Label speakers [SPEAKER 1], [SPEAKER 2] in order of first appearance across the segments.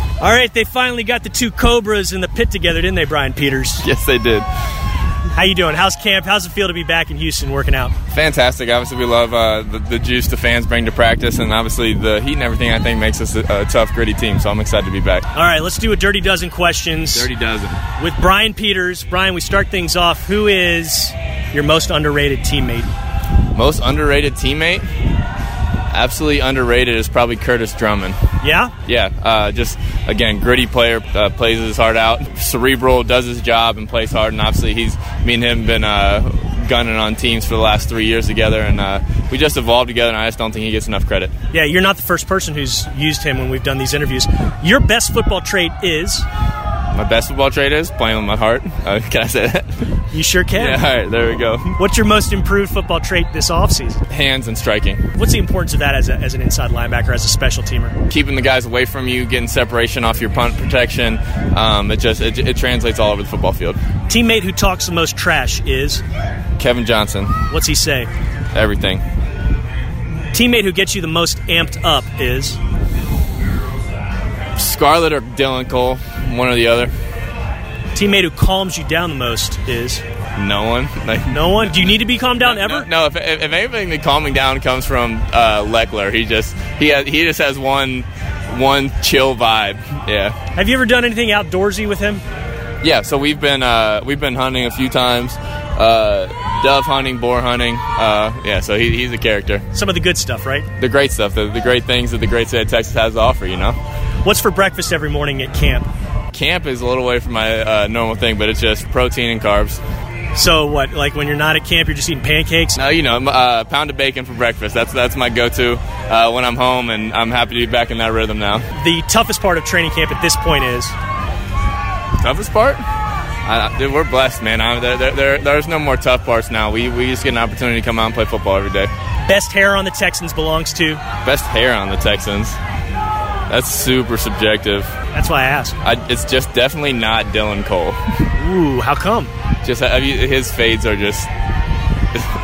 [SPEAKER 1] All right, they finally got the two Cobras in the pit together, didn't they, Brian Peters?
[SPEAKER 2] Yes, they did.
[SPEAKER 1] How you doing? How's camp? How's it feel to be back in Houston working out?
[SPEAKER 2] Fantastic. Obviously, we love uh, the, the juice the fans bring to practice, and obviously the heat and everything. I think makes us a, a tough, gritty team. So I'm excited to be back.
[SPEAKER 1] All right, let's do a dirty dozen questions
[SPEAKER 2] Dirty dozen.
[SPEAKER 1] with Brian Peters. Brian, we start things off. Who is your most underrated teammate?
[SPEAKER 2] Most underrated teammate. Absolutely underrated is probably Curtis Drummond.
[SPEAKER 1] Yeah,
[SPEAKER 2] Yeah, uh, just again, gritty player, uh, plays his heart out, cerebral, does his job, and plays hard. And obviously, he's me and him been uh, gunning on teams for the last three years together, and uh, we just evolved together. And I just don't think he gets enough credit.
[SPEAKER 1] yeah. You're not the first person who's used him when we've done these interviews. Your best football trait is
[SPEAKER 2] My best football trait is playing with my heart. Uh, can I say that?
[SPEAKER 1] you sure can.
[SPEAKER 2] yeah, all right, there we go.
[SPEAKER 1] What's your most improved football trait this offseason?
[SPEAKER 2] Hands and striking,
[SPEAKER 1] What's the importance of that as, a, as an inside linebacker, as a special teamer?
[SPEAKER 2] keeping the guys away from you, getting separation off your punt protection. Um, it just it, it translates all over the football field.
[SPEAKER 1] Teammate who talks the most trash is
[SPEAKER 2] Kevin Johnson,
[SPEAKER 1] what's he say?
[SPEAKER 2] everything.
[SPEAKER 1] Teammate who gets you the most amped up is
[SPEAKER 2] Scarlett or Dylan Cole, one or the other.
[SPEAKER 1] teammate who calms you down the most is
[SPEAKER 2] No one. Like
[SPEAKER 1] no one. Do you need to be calmed down ever?
[SPEAKER 2] No, no, if, if, if anything, the calming down comes from uh, Leckler. He just he has, he just has one one chill vibe. Yeah,
[SPEAKER 1] Have you ever done anything outdoorsy with him?
[SPEAKER 2] yeah. So we've been uh, we've been hunting a few times, uh, dove hunting, boar hunting. Uh, yeah, so he, he's a character.
[SPEAKER 1] Some of the good stuff, right?
[SPEAKER 2] The great stuff, the, the great things that the great state of Texas has to offer. You know,
[SPEAKER 1] What's for breakfast every morning at camp?
[SPEAKER 2] camp is a little away from my uh, normal thing, but it's just protein and carbs.
[SPEAKER 1] So what? Like when you're not at camp, you're just eating pancakes.
[SPEAKER 2] No, you know, m- uh, pound of bacon for breakfast. That's that's my go-to uh, when I'm home, and I'm happy to be back in that rhythm now.
[SPEAKER 1] The toughest part of training camp at this point is
[SPEAKER 2] toughest part? I, dude, we're blessed, man. I, there, there, there, there's no more tough parts now. We, we just get an opportunity to come out and play football every day.
[SPEAKER 1] best hair on the Texans belongs to.
[SPEAKER 2] Best hair on the Texans. That's super subjective.
[SPEAKER 1] That's why I asked.
[SPEAKER 2] I, it's just definitely not Dylan Cole.
[SPEAKER 1] Ooh, how come?
[SPEAKER 2] Just I mean, his fades are just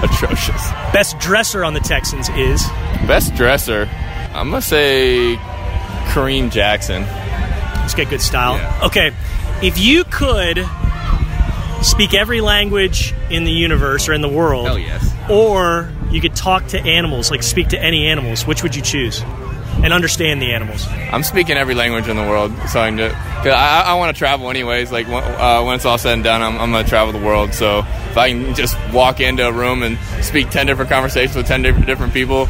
[SPEAKER 2] atrocious.
[SPEAKER 1] Best dresser on the Texans is.
[SPEAKER 2] Best dresser, I'm gonna say Kareem Jackson.
[SPEAKER 1] Let's get good style.
[SPEAKER 2] Yeah.
[SPEAKER 1] Okay, if you could speak every language in the universe or in the world,
[SPEAKER 2] Hell yes.
[SPEAKER 1] or you could talk to animals, like speak to any animals, which would you choose? And understand the animals.
[SPEAKER 2] I'm speaking every language in the world, so I'm just, cause I, I want to travel anyways. Like when- uh, when it's all said and done, I'm, I'm gonna travel the world. So if I can just walk into a room and speak ten different conversations with ten different, different people,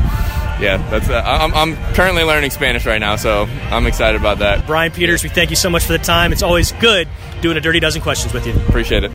[SPEAKER 2] yeah, that's. Uh, I- I'm, I'm currently learning Spanish right now, so I'm excited about that.
[SPEAKER 1] Brian Peters, we thank you so much for the time. It's always good doing a Dirty Dozen Questions with you.
[SPEAKER 2] Appreciate it.